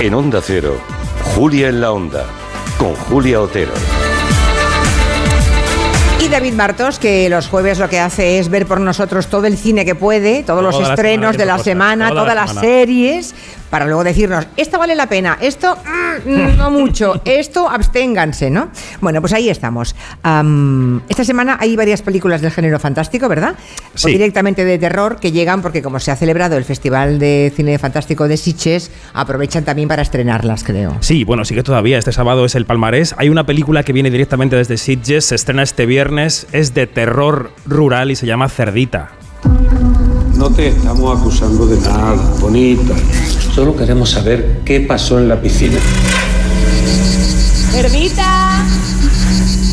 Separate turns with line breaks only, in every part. En Onda Cero, Julia en la Onda, con Julia Otero.
Y David Martos, que los jueves lo que hace es ver por nosotros todo el cine que puede, todos
Toda
los
la
estrenos
semana
de la
viendo
semana,
cosas, toda
todas
la
las
semana.
series, para luego decirnos, esto vale la pena, esto mm, mm, no mucho, esto absténganse, ¿no? Bueno, pues ahí estamos. Am, esta semana hay varias películas del género fantástico, ¿verdad? O
Sí.
directamente de terror que llegan porque como se ha celebrado el Festival de Cine Fantástico de Siches, aprovechan también para estrenarlas, creo.
Sí, bueno, sí que todavía. Este sábado es el palmarés. Hay una película que viene directamente desde Sitges, se estrena este viernes, es de terror rural y se llama Cerdita.
No te estamos acusando de nada, bonita.
Solo queremos saber qué pasó en la piscina.
Ermita.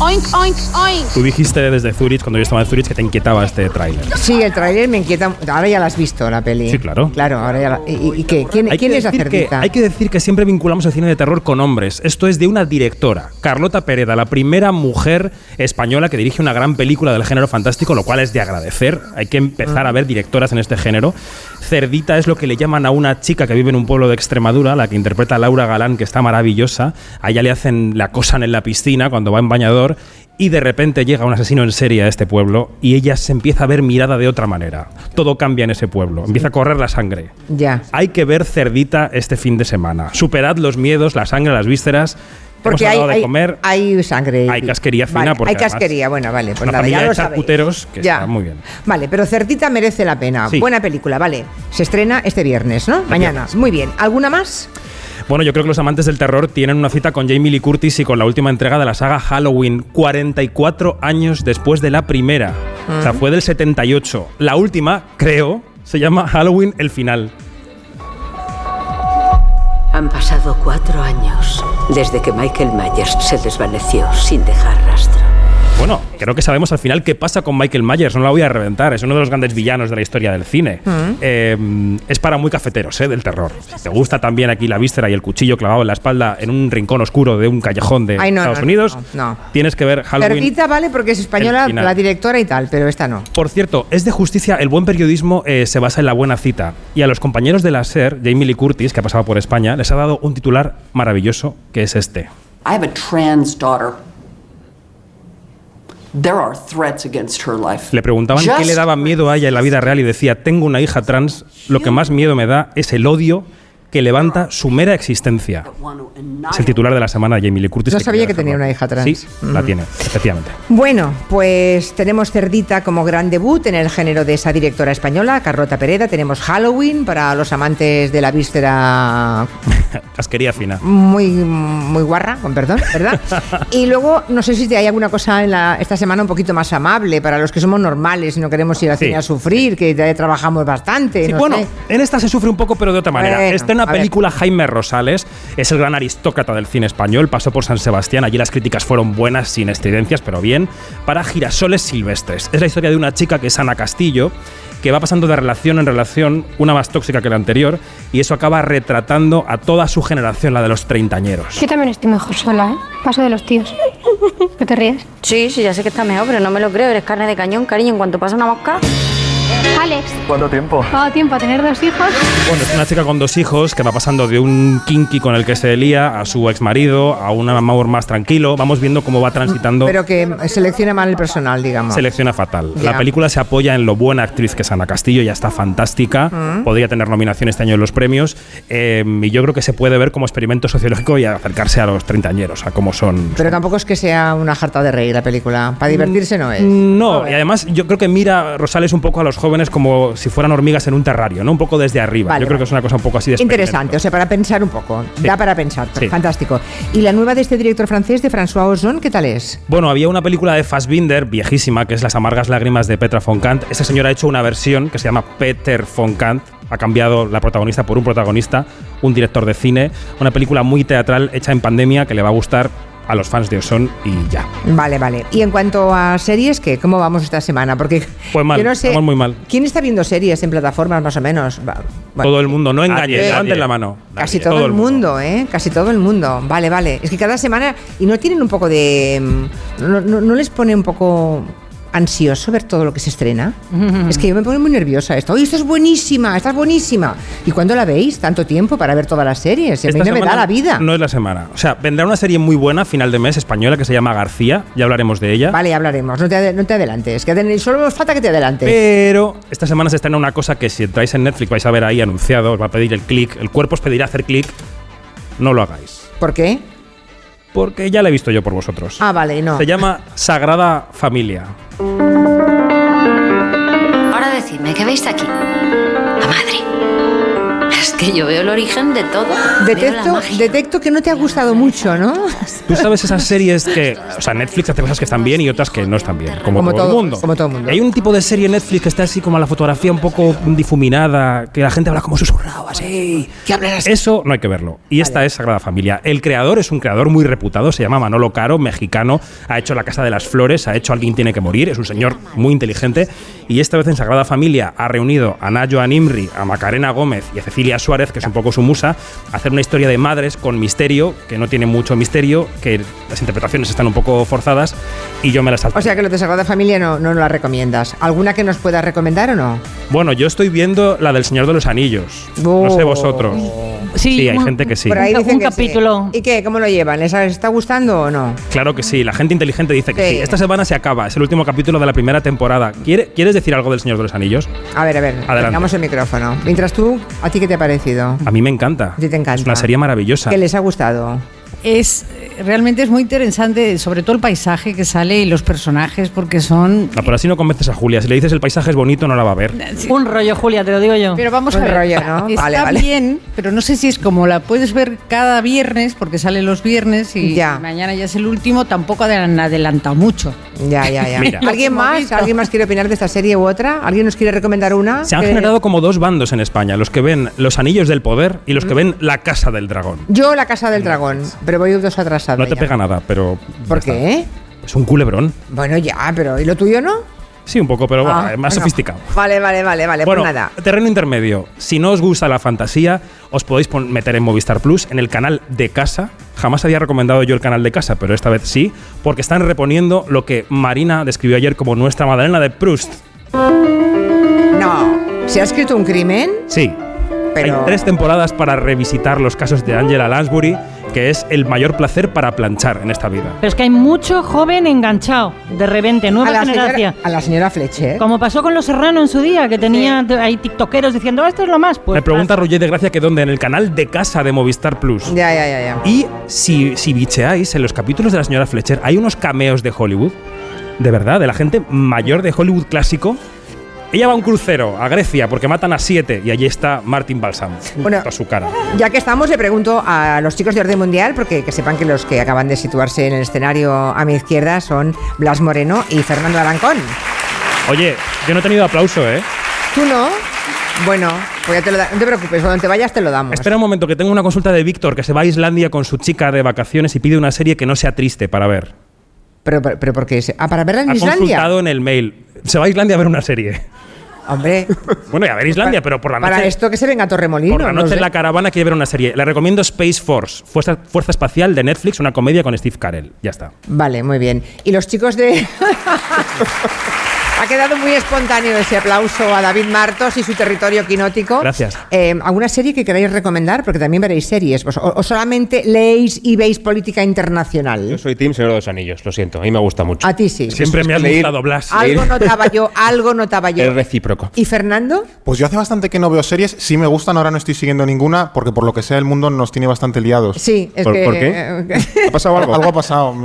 Oink, oink, oink.
Tú dijiste desde Zurich, cuando yo estaba en Zurich, que te inquietaba este tráiler.
Sí, el tráiler me inquieta. Ahora ya la has visto, la peli.
Sí, claro.
Claro, ahora ya la... ¿Y, y qué? ¿Quién,
Hay
quién
que
es la
decir que-
cerdita?
hay que decir que siempre vinculamos el cine de terror con hombres. Esto es de una directora, Carlota Pereda, la primera mujer española que dirige una gran película del género fantástico, lo cual es de agradecer. Hay que empezar a ver directoras en este género. Cerdita es lo que le llaman a una chica que vive en un pueblo de Extremadura, la que interpreta a Laura Galán, que está maravillosa. A ella le hacen la acosan en la piscina cuando va en bañador. Y de repente llega un asesino en serie a este pueblo y ella se empieza a ver mirada de otra manera. Todo cambia en ese pueblo. Empieza a correr la sangre.
Ya.
Hay que ver cerdita este fin de semana. Superad los miedos, la sangre, las vísceras.
Porque
Hemos
hay,
hablado de
hay-
comer.
hay sangre.
Hay casquería fina,
Vale,
porque
Hay
además
casquería, bueno, vale. Pues
una
nada, ya
familia
lo
de
sabéis.
charcuteros que está muy bien.
Vale, pero Certita merece la pena.
Sí.
Buena película, vale. Se estrena este viernes, ¿no? Mañana. Muy bien. ¿Alguna más?
Bueno, yo creo que los amantes del terror tienen una cita con Jamie Lee Curtis y con la última entrega de la saga Halloween, 44 años después de la primera. O
Mm.
sea, fue del 78. La última, creo, se llama Halloween el final.
Han pasado cuatro años desde que Michael Myers se desvaneció sin dejar rastro.
Bueno, creo que sabemos al final qué pasa con Michael Myers, no la voy a reventar, es uno de los grandes villanos de la historia del
Mm.
cine. Eh, es para muy cafeteros, ¿eh? Del terror. Si te gusta también aquí la víscera y el cuchillo clavado en la espalda en un rincón oscuro de un callejón de
Ay, no,
Estados
no, no,
Unidos,
no, no.
tienes que ver Halloween.
Cerdita, vale, porque es española,
El final.
la directora y tal, pero esta no.
Por cierto, es de justicia, el buen periodismo eh, se basa en la buena cita. Y a los compañeros de la SER, Jamie Lee Curtis, que ha pasado por España, les ha dado un titular maravilloso, que es este.
I have a trans daughter. There are threats against her life.
Le preguntaban qué
Just-
le daba miedo a ella en la vida real y decía, tengo una hija trans, lo que más miedo me da es el odio que levanta su mera existencia. Es el titular de la semana de Jamie Lee Curtis.
No sabía
quería
que tenía
dejarlo.
una hija trans.
Sí, la tiene, efectivamente.
Bueno, pues tenemos Cerdita como gran debut en el género de esa directora española, Carlota Pereda. Tenemos Halloween para los amantes de la víscera
Casquería fina.
muy, muy guarra, con perdón, ¿verdad? y luego, no sé si te hay alguna cosa en la, esta semana un poquito más amable para los que somos normales y no queremos ir al
Sí.
cine a sufrir, que ya trabajamos bastante.
Sí,
no
bueno,
sé.
en esta se sufre un poco, pero de otra manera.
Bueno,
Está en
a
una
ver.
película Jaime Rosales, es el gran aristócrata del cine español, pasó por San Sebastián, allí las críticas fueron buenas, sin estridencias, pero bien, para Girasoles Silvestres. Es la historia de una chica que es Ana Castillo, que va pasando de relación en relación, una más tóxica que la anterior, y eso acaba retratando a toda su generación, la de los treintañeros.
Yo también estoy mejor sola, ¿eh? Paso de los tíos. ¿Qué te ríes?
Sí, sí, ya sé que está mejor, pero no me lo creo. Eres carne de cañón, cariño. En cuanto pasa una mosca.
Alex,
¿Cuánto tiempo?
¿cuánto tiempo a tener dos hijos?
Bueno, es una chica con dos hijos que va pasando de un kinky con el que se lía a su ex marido, a un amor más tranquilo. Vamos viendo cómo va transitando.
Pero que selecciona mal el personal, digamos.
Selecciona fatal.
Ah. Ya.
La película se apoya en lo buena actriz que es Ana Castillo, ya está fantástica,
Ah.
podría tener nominación este año en los premios, eh, y yo creo que se puede ver como experimento sociológico y acercarse a los treintañeros, a cómo son.
Pero tampoco es que sea una jarta de reír la película.
Mm,
Para divertirse no es.
No, y además yo creo que mira Rosales un poco a los jóvenes como si fueran hormigas en un terrario, ¿no? Un poco desde arriba.
Vale,
yo creo
vale.
que es una cosa un poco así de experimento.
Interesante, o sea, para pensar un poco.
Sí.
Da para pensar.
Sí.
Fantástico. ¿Y la nueva de este director francés, de François Ozon, qué tal es?
Bueno, había una película de Fassbinder, viejísima, que es Las amargas lágrimas de Petra von Kant. Este señor ha hecho una versión que se llama Peter von Kant. Ha cambiado la protagonista por un protagonista, un director de cine. Una película muy teatral hecha en pandemia que le va a gustar a los fans de Osón y ya.
Vale, vale. Y en cuanto a series, ¿qué? ¿Cómo vamos esta semana? Porque
Pues mal,
yo no sé,
vamos muy mal.
¿Quién está viendo series en plataformas más o menos? Va- bueno,
Todo el mundo, no
Nadie,
engañes, levanten
nadie.
la mano.
Casi todo, el mundo, ¿eh? Casi todo el mundo. Vale, vale. Es que cada semana y no tienen un poco de mm, no, no- no les pone un poco ansioso ver todo lo que se estrena. Es que yo me pongo muy nerviosa esto. Oye, esta es buenísima, esta es buenísima. ¿Y cuándo la veis? Tanto tiempo para ver todas las series. Y a mí
Esta
no me da
semana
la vida.
No es la semana. O sea, vendrá una serie muy buena a final de mes española que se llama García. Ya hablaremos de ella.
Vale, ya hablaremos. No te, ade- no te adelantes. Que te- solo nos falta que te adelantes.
Pero esta semana se estrena una cosa que si entráis en Netflix vais a ver ahí anunciado, os va a pedir el clic, el cuerpo os pedirá hacer clic. No lo hagáis.
¿Por qué?
Porque ya la he visto yo por vosotros.
Ah, vale, no.
Se llama Sagrada Familia.
Ahora decidme, ¿qué veis aquí? La madre. Es que yo veo el origen de todo.
Detecto, detecto que no te ha gustado mucho, ¿no?
Tú sabes esas series que. O sea, Netflix hace cosas que están bien y otras que no están bien. Como,
Como
todo,
todo-
el mundo.
como todo el mundo.
Hay un tipo de serie en Netflix que está así como la fotografía un poco difuminada, que la gente habla como susurrado, así. Eso no hay que verlo. Y esta es Sagrada Familia. El creador es un creador muy reputado, se llama Manolo Caro, mexicano. Ha hecho La Casa de las Flores, ha hecho Alguien Tiene que Morir. Es un señor muy inteligente. Y esta vez en Sagrada Familia ha reunido a Nayo Animri, a Macarena Gómez y a Cecilia Suárez, que es un poco su musa, a hacer una historia de madres con misterio, que no tiene mucho misterio, que las interpretaciones están un poco forzadas. Y yo me las salto.
O sea que lo de Sagrada Familia no, no la recomiendas. ¿Alguna que nos puedas recomendar o no?
Bueno, yo estoy viendo la del Señor de los Anillos.
Oh.
No sé vosotros.
Sí,
hay
un-
gente que sí.
Por ahí
Algún
dicen que sí.
capítulo.
¿Y qué? ¿Cómo lo llevan? ¿Les está gustando o no?
Claro que sí, la gente inteligente dice que
Sí.
sí. Esta semana se acaba, es el último capítulo de la primera temporada. ¿Quiere- ¿Quieres decir algo del Señor de los Anillos?
A ver, a ver,
Adelante.
pongamos el micrófono. Mientras tú, ¿a ti qué te ha parecido?
A mí me encanta.
A ti te encanta.
Es una serie maravillosa.
¿Qué les ha gustado?
Es, realmente es muy interesante, sobre todo el paisaje que sale y los personajes, porque son
Ah, pero así no convences a Julia. Si le dices el paisaje es bonito, no la va a ver.
Un rollo, Julia, te lo digo yo. Pero vamos
Un
a ver.
rollo, ¿no?
Está
Vale, vale.
bien, pero no sé si es como la puedes ver cada viernes, porque sale los viernes y
Ya.
mañana ya es el último, tampoco han adelantado mucho.
Ya, ya, ya.
Mira.
¿Alguien más? ¿Alguien más quiere opinar de esta serie u otra? ¿Alguien nos quiere recomendar una?
Se han
Que-
generado como dos bandos en España: los que ven Los Anillos del Poder y los
Mm.
que ven La Casa del Dragón.
Yo La Casa del Dragón, pero voy dos atrasada.
No te
ya.
pega nada, pero. ya
¿Por
está.
qué?
Es un culebrón.
Bueno, ya, pero ¿y lo tuyo no?
Sí, un poco, pero bueno,
Ah,
es más
bueno.
sofisticado.
Vale, vale, vale, vale.
Bueno,
pues nada.
terreno intermedio. Si no os gusta la fantasía, os podéis pon- meter en Movistar Plus, en el canal de casa. Jamás había recomendado yo el canal de casa, pero esta vez sí, porque están reponiendo lo que Marina describió ayer como nuestra Madalena de Proust.
No. ¿Se ha escrito un crimen?
Sí.
Pero-
Hay tres temporadas para revisitar los casos de Angela Lansbury, que es el mayor placer para planchar en esta vida.
Pero es que hay mucho joven enganchado, de repente, nueva
a, la
generación.
señora, a la señora ¿eh? Fletcher.
Como pasó con Los Serrano en su día, que tenía t- ahí tiktokeros diciendo, "Ah, esto es lo más. Pues,
Me pregunta Roger de Gracia que dónde, en el canal de casa de Movistar Plus.
Ya, ya, ya, ya.
Y si, si bicheáis en los capítulos de la señora Fletcher, hay unos cameos de Hollywood, de verdad, de la gente mayor de Hollywood clásico. Ella va a un crucero a Grecia porque matan a siete y allí está Martin Balsam.
Bueno.
a su cara.
Ya que estamos, le pregunto a los chicos de Orden Mundial, porque que sepan que los que acaban de situarse en el escenario a mi izquierda son Blas Moreno y Fernando Arancón.
Oye, yo no he tenido aplauso, ¿eh?
¿Tú no? Bueno, pues ya te lo da- no te preocupes, cuando te vayas te lo damos.
Espera un momento, que tengo una consulta de Víctor que se va a Islandia con su chica de vacaciones y pide una serie que no sea triste para ver.
Pero, pero, pero porque ah, para verla en
Ha
Islandia.
consultado en el mail. Se va a Islandia a ver una serie.
Hombre,
Bueno, y a ver Islandia, pero por la noche.
para esto que se venga a Torremolino.
Por la
no
noche en
sé.
la caravana quiere ver una serie. Le recomiendo Space Force, Fuerza, Fuerza Espacial de Netflix, una comedia con Steve Carell. Ya está.
Vale, muy bien. Y los chicos de. Ha quedado muy espontáneo ese aplauso a David Martos y su territorio quinótico.
Gracias.
Eh, ¿Alguna serie que queráis recomendar? Porque también veréis series. Vos- O, o solamente leéis y veis política internacional.
Yo soy Team Señor de los Anillos, lo siento, a mí me gusta mucho.
A ti sí.
Siempre me ha
Leer-
gustado Blas.
Algo notaba yo, algo notaba yo.
Es recíproco.
¿Y Fernando?
Pues yo hace bastante que no veo series, sí me gustan, ahora no estoy siguiendo ninguna, porque por lo que sea el mundo nos tiene bastante liados.
Sí, es
¿Por-
que.
por qué?
eh,
¿Ha pasado algo? Algo ha pasado.